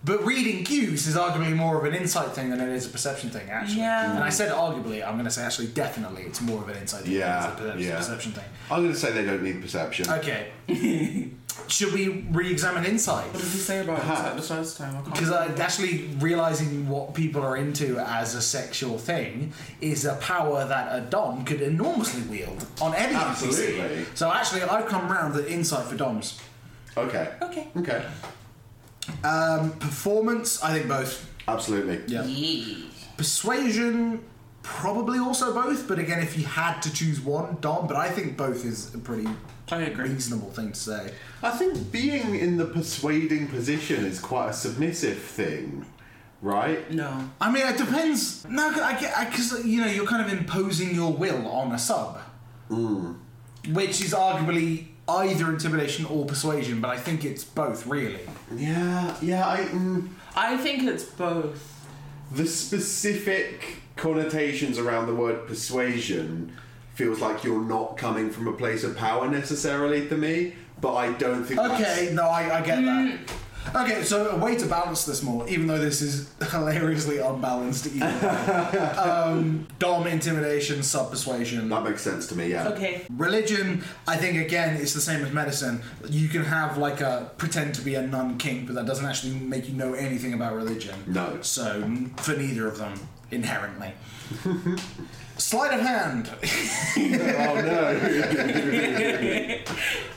But reading cues is arguably more of an insight thing than it is a perception thing, actually. Yeah. And I said arguably, I'm going to say actually, definitely, it's more of an insight thing Yeah, than it is a percep- yeah. perception thing. I'm going to say they don't need perception. Okay. Should we re examine insight? What did you say about that the first time? I can't Because remember. uh, actually realizing what people are into as a sexual thing is a power that a Dom could enormously wield on any NPC. Absolutely. So actually, I've come round to insight for Doms. Okay. Okay. Okay. Um, performance, I think both. Absolutely. Yeah. Yeah. Persuasion, probably also both. But again, if you had to choose one, Dom. But I think both is a pretty I agree. reasonable thing to say. I think being in the persuading position is quite a submissive thing, right? No. I mean, it depends. No, I get because you know you're kind of imposing your will on a sub, which is arguably either intimidation or persuasion. But I think it's both, really. Yeah, yeah. I, mm, I think it's both. the specific connotations around the word persuasion feels like you're not coming from a place of power necessarily to me, but I don't think Okay, no, I, I get that. Okay, so a way to balance this more, even though this is hilariously unbalanced either way. um, Dom intimidation, sub persuasion. that's, that makes sense to me. Yeah. Okay. Religion, I think again, it's the same as medicine. You can have like a pretend to be a nun king, but that doesn't actually make you know anything about religion. No. So n- for neither of them, inherently. Sleight of hand. oh no.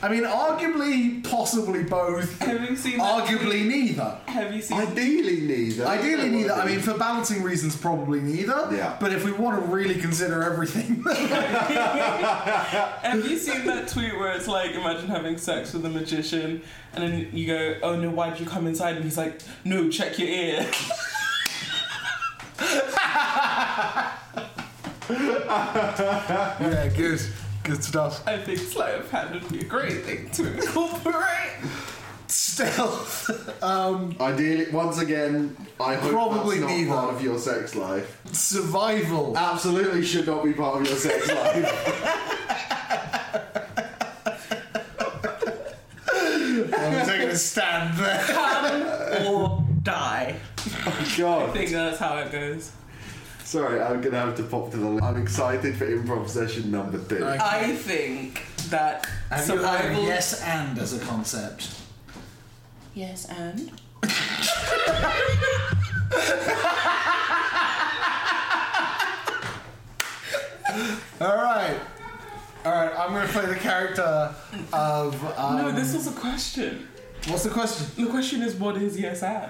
I mean, arguably, possibly both. Have you seen that? Arguably neither. Have you seen Ideally neither. Ideally, neither. I mean, for for balancing reasons, probably neither. Yeah. But if we want to really consider everything, Have you seen that tweet where it's like, imagine having sex with a magician, and then you go, oh no, why did you come inside? And he's like, no, check your ear. yeah, good, good stuff. I think sleight of hand would be a great thing to incorporate. Stealth, um, ideally, once again, I hope Probably that's not neither. part of your sex life. survival. Absolutely should not be part of your sex life. I'm taking a stand there. Come or die. I God. think that's how it goes. Sorry, I'm gonna have to pop to the. li- I'm excited for improv session number two. Okay. I think that Have you heard of survival. yes and as a concept? Yes, and? All right, all right. I'm gonna play the character of. Um, No, this was a question. What's the question? The question is, what is yes and?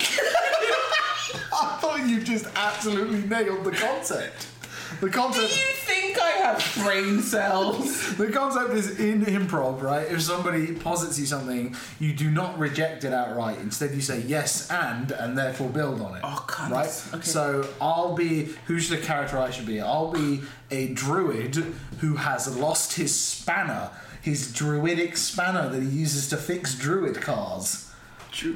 I thought you just absolutely nailed the concept. The Do concept. you think I have brain cells? The concept is in improv, right? If somebody posits you something, you do not reject it outright. Instead, you say yes and, and therefore build on it. Oh, cunts. Right? Okay. So I'll be. Who's the character I should be? I'll be a druid who has lost his spanner, his druidic spanner that he uses to fix druid cars.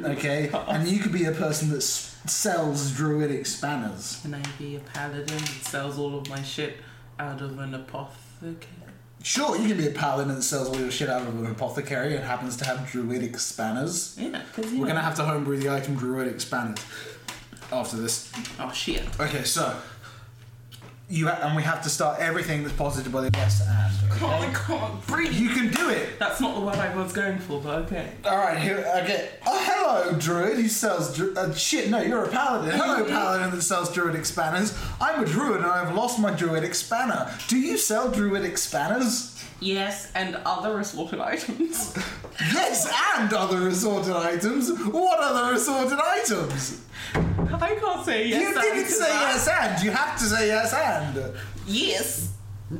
Okay? And you could be a person that s- sells druidic spanners. Can I be a paladin that sells all of my shit out of an apothecary? Sure, you can be a paladin that sells all your shit out of an apothecary and happens to have druidic spanners. Yeah, because We're gonna have to homebrew the item druidic spanners after this. Oh shit. Okay, so you ha- and we have to start everything that's positive by the yes and. Oh, I can't breathe. You can do it. That's not the word I was going for, but okay. All right, here I get. Oh, hello, druid. He sells dru- uh, shit. No, you're a paladin. Hello, paladin that sells druidic spanners. I'm a druid and I've lost my druidic spanner. Do you sell druidic spanners? Yes, and other assorted items. Yes, and other assorted items. What other assorted items? I can't say yes. you didn't to say that. yes and. You have to say yes and. Yes.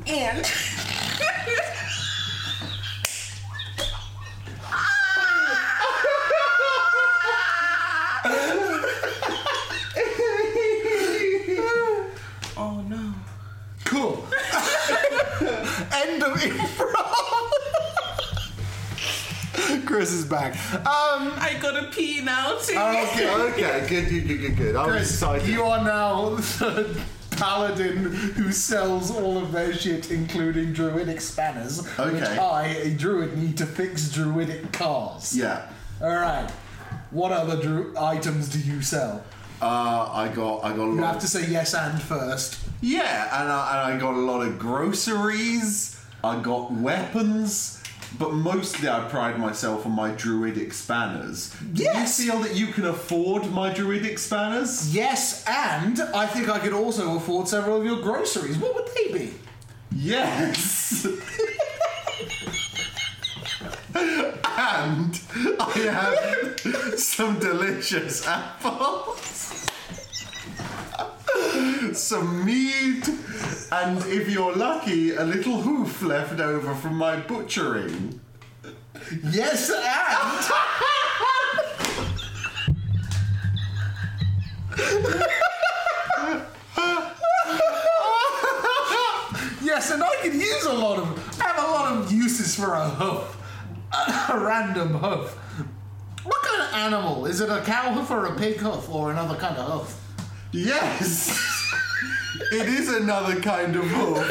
And. oh no. Cool. End of improv. Chris is back. Um. I gotta pee now too. Okay. Okay, good, good, good, good, good. I'm Chris, excited. you are now the paladin who sells all of their shit, including druidic spanners. Which Okay. I, a druid, need to fix druidic cars. yeah. All right. What other dru- items do you sell? Uh, I got, I got a lot. You of- have to say yes and first. Yeah, and I, and I got a lot of groceries. I got weapons, but mostly I pride myself on my druidic spanners. Do Yes. you feel that you can afford my druidic spanners? Yes, and I think I could also afford several of your groceries. What would they be? Yes. and I have some delicious apples. Some meat, and if you're lucky, a little hoof left over from my butchering. Yes, and. yes, and I could use a lot of. I have a lot of uses for a hoof. A, random hoof. What kind of animal? Is it a cow hoof or a pig hoof or another kind of hoof? Yes! it is another kind of hoof.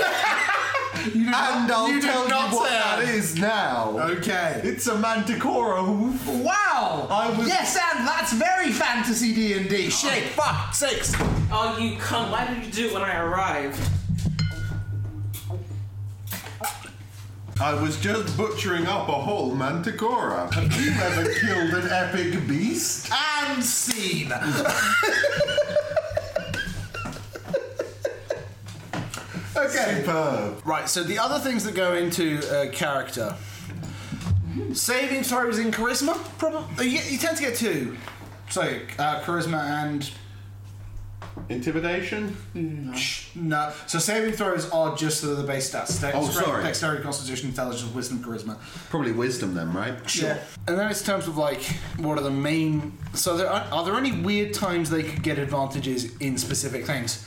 You did And I'll you did tell you not what say that it. is now. Okay. It's a manticora hoof. Wow! I was- Yes, and that's very fantasy D and D. Shit, fuck, six. Oh, you cunt! Why did you do it when I arrived? I was just butchering up a whole manticora. Have you ever killed an epic beast? and scene. okay. Superb. Right. So the other things that go into uh, character. Saving throws in charisma, probably. You, you tend to get two. So uh, charisma and Intimidation? no. So saving throws are just the, the base stats: Dex- Oh, strength, sorry. dexterity, constitution, intelligence, wisdom, charisma. Probably wisdom then, right? Yeah. And then it's in terms of like what are the main. So there are, are there any weird times they could get advantages in specific things?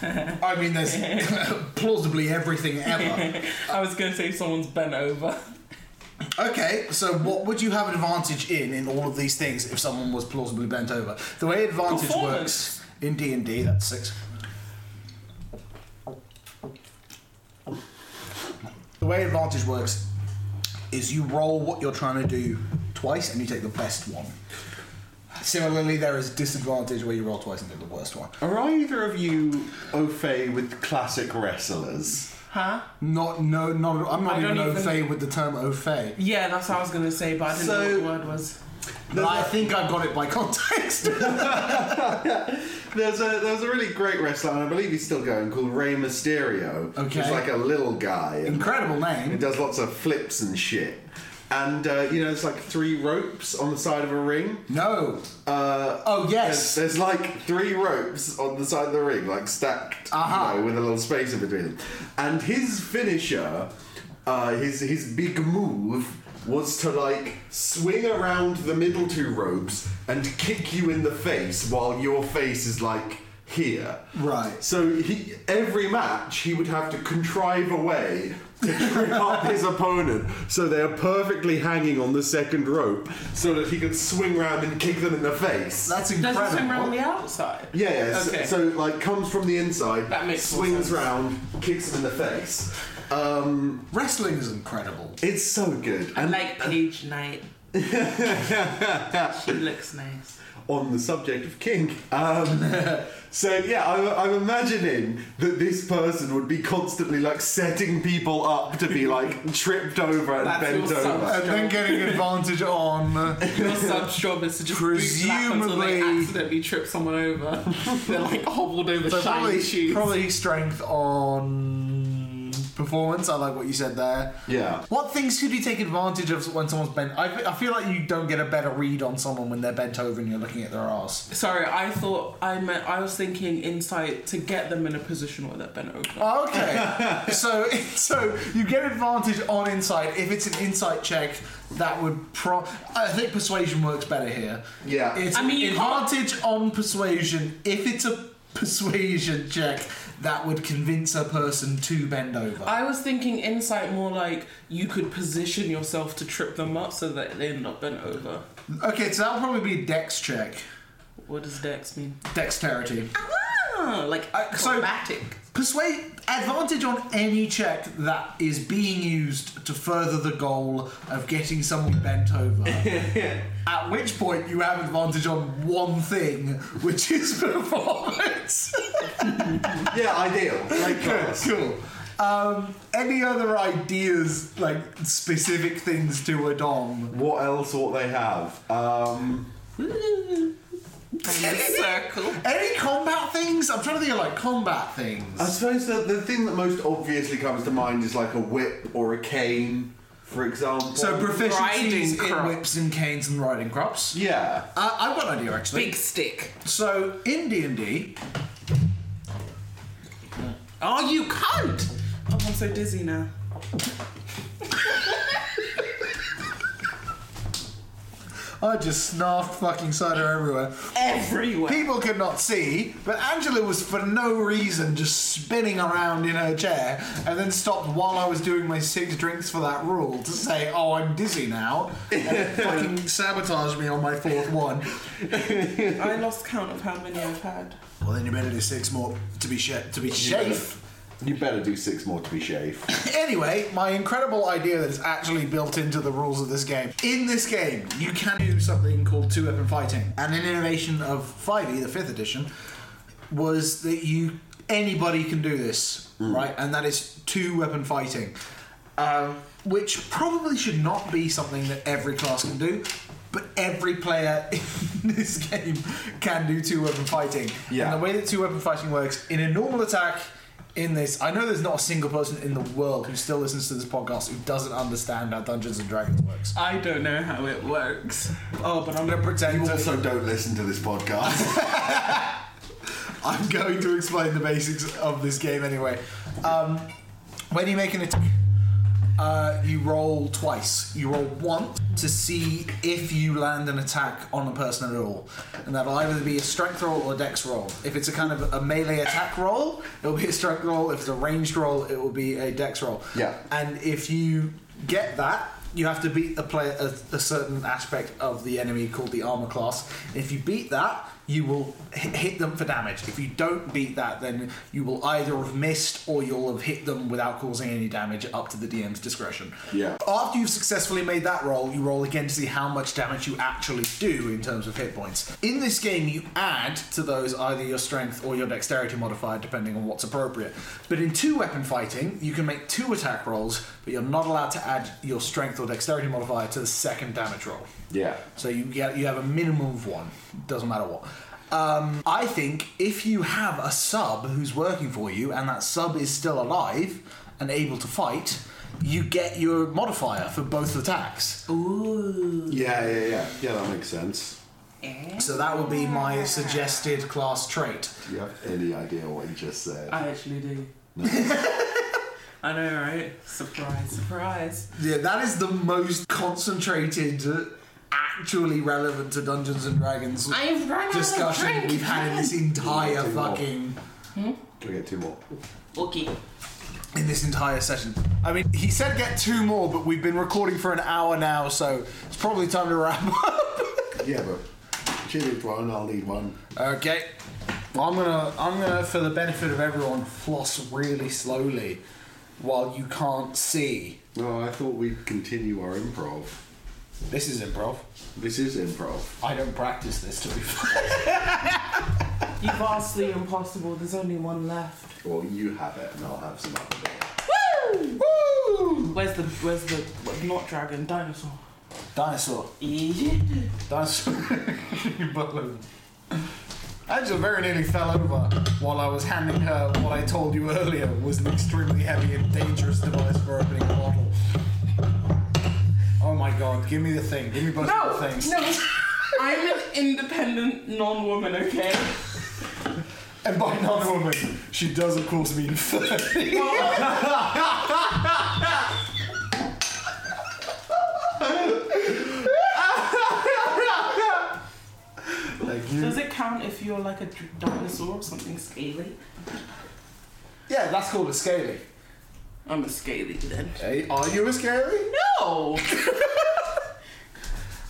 I mean, there's plausibly everything ever. I was gonna say someone's bent over. Okay, so what would you have an advantage in in all of these things if someone was plausibly bent over? The way advantage Performance. works in D and D, that's six. The way advantage works is you roll what you're trying to do twice and you take the best one. Similarly, there is disadvantage where you roll twice and take the worst one. Are either of you au fait with classic wrestlers? Huh? Not no not I'm not I even don't au even- fait with the term au fait. Yeah, that's what I was gonna say, but I didn't So- know what the word was. But I think I got it by context. There's a there's a really great wrestler, and I believe he's still going, called Rey Mysterio. Okay. He's like a little guy. and Incredible name. It does lots of flips and shit. And uh, you know, it's like three ropes on the side of a ring. No. Uh, Oh there's, yes. there's like three ropes on the side of the ring, like stacked, Aha. you know, with a little space in between them. And his finisher, uh, his his big move was to like swing around the middle two ropes and kick you in the face while your face is like here. Right. So he every match he would have to contrive a way to trip up his opponent so they are perfectly hanging on the second rope so that he could swing round and kick them in the face. That's Does incredible. it swing around the outside? Yeah, yeah. so- Okay. So, like comes from the inside, That makes more swings sense. round, kicks him in the face. Um, Wrestling is incredible. it's so good. I like Paige Knight. she looks nice. on the subject of kink. Um, so yeah, I'm, I'm imagining that this person would be constantly like setting people up to be like tripped over and That's bent your over. sub- And then getting advantage on. uh, Your sub job is to just boot slap until they Presumably- accidentally trip someone over. They're like "Oh, hobbled over So shiny probably, shoes. probably strength on performance. I like what you said there. Yeah. What things could you take advantage of when someone's bent? I, I feel like you don't get a better read on someone when they're bent over and you're looking at their ass. Sorry, I thought I meant I was thinking insight to get them in a position where they're bent over. Oh, okay. so so you get advantage on insight if it's an insight check. That would pro. I think persuasion works better here. Yeah. It's I mean, you can't- advantage on persuasion if it's a persuasion check that would convince a person to bend over. I was thinking insight more like you could position yourself to trip them up so that they're not bent over. Okay, so that'll probably be a dex check. What does Dex mean? Dexterity. Ah, like Uh, so- acrobatic. Persuade advantage on any check that is being used to further the goal of getting someone bent over. At which point you have advantage on one thing, which is performance. Yeah, ideal. Great class. cool. Um, any other ideas, like specific things to a dom? What else ought they have? Um, in a circle. Any combat things? I'm trying to think of like combat things. I suppose that the thing that most obviously comes to mind is like a whip or a cane, for example. So Riding proficiencies in crop. whips and canes and riding crops. yeah. Uh, I've got an idea actually. Big stick. So in D and D, Oh, you cunt! Oh, I'm so dizzy now. I just snarfed fucking cider everywhere. Everywhere. People could not see, but Angela was for no reason just spinning around in her chair, and then stopped while I was doing my six drinks for that rule to say, "Oh, I'm dizzy now," and it fucking sabotaged me on my fourth one. I lost count of how many I've had. Well, then you better do six more to be sh- to be You better- safe. You better do six more to be safe. Anyway, my incredible idea that is actually built into the rules of this game. In this game, you can do something called two weapon fighting. And an innovation of 5e, the fifth edition, was that you anybody can do this, right? And that is two weapon fighting, um, which probably should not be something that every class can do. But every player in this game can do two weapon fighting. Yeah. And the way that two weapon fighting works in a normal attack in this, I know there's not a single person in the world who still listens to this podcast who doesn't understand how Dungeons and Dragons works. I don't know how it works. Oh, but I'm I'm going to pretend You to- also don't listen to this podcast. I'm going to explain the basics of this game anyway. Um, when you make an attack, uh, you roll twice. You roll once to see if you land an attack on a person at all, and that'll either be a strength roll or a dex roll. If it's a kind of a melee attack roll, it'll be a strength roll. If it's a ranged roll, it will be a dex roll. Yeah. And if you get that, you have to beat a player a, a certain aspect of the enemy called the armor class. If you beat that, you will hit, hit them for damage. If you don't beat that, then you will either have missed or you'll have hit them without causing any damage, up to the DM's discretion. Yeah. After you've successfully made that roll, you roll again to see how much damage you actually do in terms of hit points. In this game, you add to those either your strength or your dexterity modifier, depending on what's appropriate. But in two weapon fighting, you can make two attack rolls, but you're not allowed to add your strength or dexterity modifier to the second damage roll. yeah. So you get you have a minimum of one. Doesn't matter what. Um, I think if you have a sub who's working for you and that sub is still alive and able to fight, you get your modifier for both attacks. Yeah, yeah, yeah. Yeah, that makes sense. So that would be my suggested class trait. Do you have any idea what you just said? I actually do. I know, right? Surprise, surprise. Yeah, that is the most concentrated, uh, actually relevant to Dungeons and Dragons I've run out of discussion drink. we've had in this entire Two more. fucking Can we get two more? Okay. in this entire session. I mean, he said get two more, but we've been recording for an hour now, so it's probably time to wrap up. Yeah, but she needs one, I'll need one. okay. I'm gonna, I'm gonna, for the benefit of everyone, floss really slowly while you can't see. No, I thought we'd continue our improv. This is improv. This is improv. I don't practice this to be fair. You vastly impossible. There's only one left. Well, you have it, and I'll have some other bit. Woo! Where's the where's the what, not dragon dinosaur? Dinosaur. Dinosaur. Butler. um, Angela very nearly fell over while I was handing her what I told you earlier was an extremely heavy and dangerous device for opening a bottle. Oh my god, give me the thing. Give me both No, of the things. no. I'm an independent non-woman. Okay. And by non woman, she does of course mean 30. Thank you. Does it count if you're like a d- dinosaur or something scaly? Yeah, that's called a scaly. I'm a scaly then. Hey, are you a scaly? No.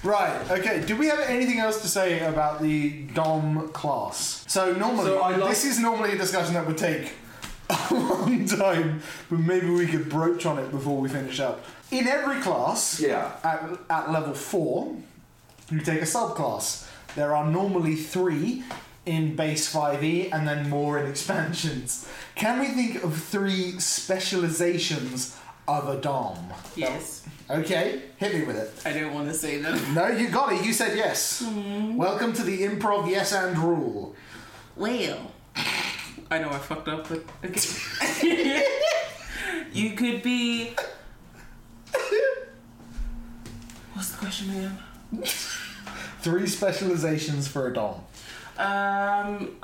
Right, okay. Do we have anything else to say about the Dom class? So normally, So I like- this is normally a discussion that would take a long time, but maybe we could broach on it before we finish up. In every class, Yeah. at, at level four, you take a subclass. There are normally three in base 5e and then more in expansions. Can we think of three specializations of a Dom? yes. Okay, hit me with it. I don't want to say them. No, you got it. You said yes. Welcome to the improv yes and rule. Well. I know I fucked up, but okay. you could be. What's the question again? Three specializations for a dom. Um,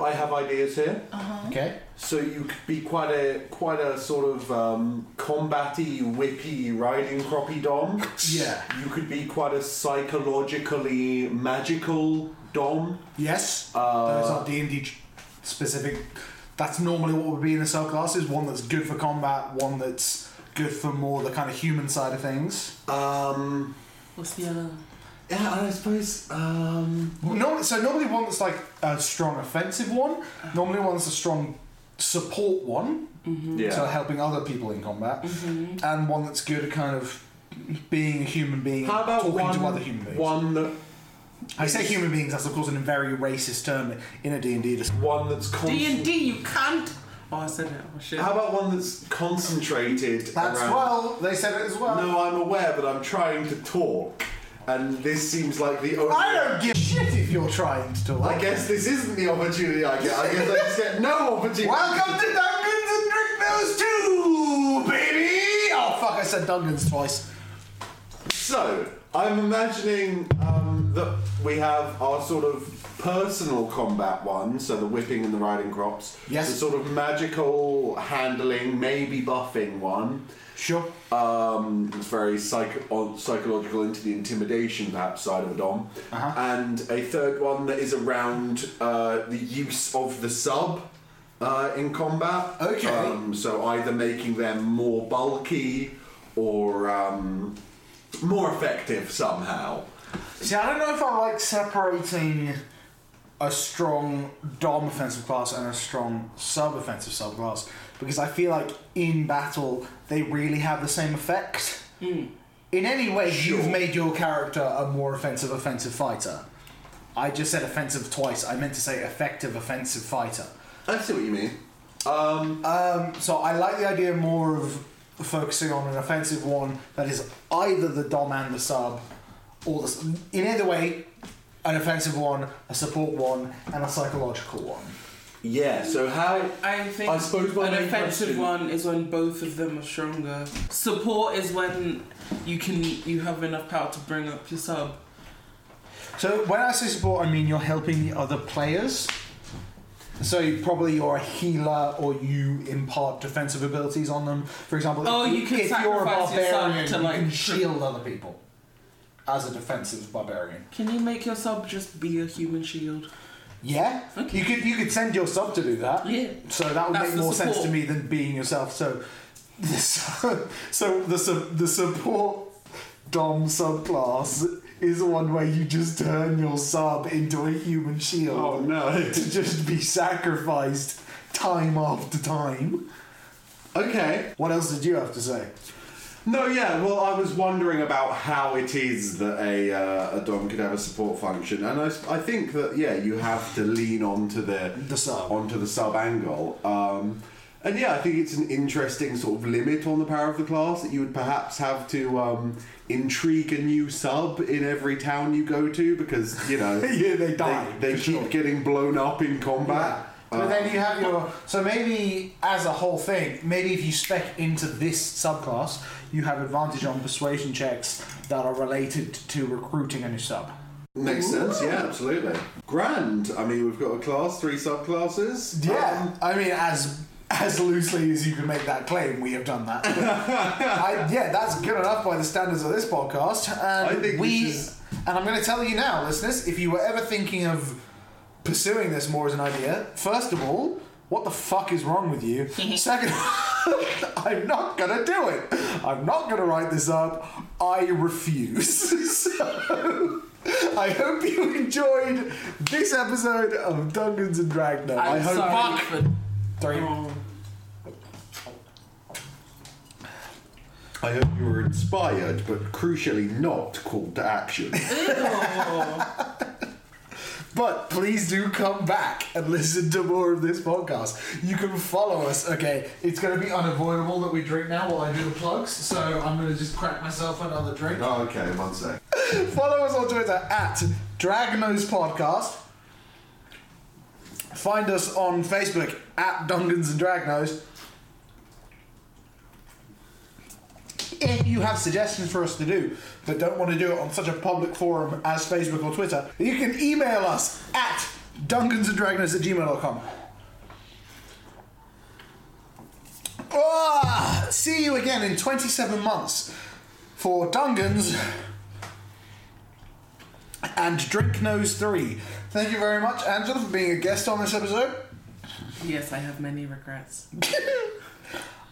I have ideas here. Okay. So you could be quite a quite a sort of um, combatty, whippy, riding croppy dom. Yeah. You could be quite a psychologically magical dom. Yes. Uh, Those are D and D specific. That's normally what would be in a subclass is one that's good for combat, one that's good for more the kind of human side of things. Um, what's the other? one? yeah, and I suppose. Um, Normally, so normally one that's like a strong offensive one. Normally one that's a strong support one. yeah. So helping other people in combat, and one that's good at kind of being a human being, How about talking one, to other human beings. one that I say human beings. That's of course a very racist term in a D and D. one that's D and constant. D. You can't. Oh, I said it. Oh shit. How about one that's concentrated? around- well. They said it as well. No, I'm aware, but I'm trying to talk, and this seems like the only. I don't give a shit if you're trying to talk. I guess this isn't the opportunity I get. I guess I just get no opportunity. Welcome to Dungeons and Drink Too, baby. Oh fuck! I said Dungeons twice. So, I'm imagining um, that we have our sort of personal combat one, so the whipping and the riding crops. Yes. The sort of magical handling, maybe buffing one. Sure. Um, it's very psych- on- psychological into the intimidation, perhaps, side of a Dom. Uh-huh. And a third one that is around uh, the use of the sub uh, in combat. Okay. Um, so either making them more bulky or um, more effective somehow. See, I don't know if I like separating a strong dom offensive class and a strong sub offensive sub class because I feel like in battle they really have the same effect. In any way, you've made your character a more offensive offensive fighter. I just said offensive twice. I meant to say effective offensive fighter. I see what you mean. Um, Um, so I like the idea more of focusing on an offensive one that is either the dom and the sub, or the, s- in either way, an offensive one, a support one, and a psychological one. yeah, so how. I think I suppose my an main offensive question- one is when both of them are stronger. Support is when you can you have enough power to bring up your sub. So when I say support, I mean you're helping the other players. So you- probably you're a healer, or you impart defensive abilities on them. For example, Oh, if, you can if you're a sacrifice yourself barbarian, to, you like, can tr- shield other people as a defensive barbarian. Can you make your sub just be a human shield? Yeah, Okay. you could you could send your sub to do that. Yeah. So that would That's make the more sense to support. me than being yourself. So, the su- so the su- the support dom subclass is one where you just turn your sub into a human shield Oh, no. to just be sacrificed time after time. Okay. What else did you have to say? No, yeah. Well, I was wondering about how it is that a uh, a dom could have a support function, and I, s- I think that yeah, you have to lean onto the The sub. onto the sub angle. Um, and yeah, I think it's an interesting sort of limit on the power of the class that you would perhaps have to um, intrigue a new sub in every town you go to because you know Yeah, they die, They, for keep sure. getting blown up in combat. Uh, But then you have your so maybe as a whole thing, maybe if you spec into this subclass, you have advantage on persuasion checks that are related to recruiting a new sub. Makes sense, yeah, absolutely. Grand. I mean, we've got a class, three subclasses. Um, Yeah, Um, I mean as as loosely as you can make that claim, we have done that. I, yeah, that's good enough by the standards of this podcast. And I think we this is- and I'm going to tell you now, listeners, if you were ever thinking of pursuing this more as an idea, first of all, what the fuck is wrong with you? Second, I'm not going to do it. I'm not going to write this up. I refuse. so, I hope you enjoyed this episode of Dungeons and Dragons. I'm hope sorry for- Three. oh. I hope you were inspired, but crucially not called to action. But please do come back and listen to more of this podcast. You can follow us. Okay, it's going to be unavoidable that we drink now while I do the plugs, so I'm going to just crack myself another drink. oh, okay, one sec. follow us on Twitter at Dragnose Podcast. Find us on Facebook at Dungans and Dragnose. If you have suggestions for us to do, but don't want to do it on such a public forum as Facebook or Twitter, you can email us at dungansanddragnose at gmail.com. Ah, see you again in 27 months for Dungans and Drink Nose 3. Thank you very much, Angela, for being a guest on this episode. Yes, I have many regrets.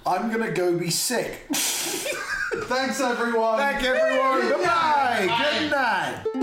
I'm gonna go be sick. Thanks, everyone. Thank everyone. Goodbye. Good night.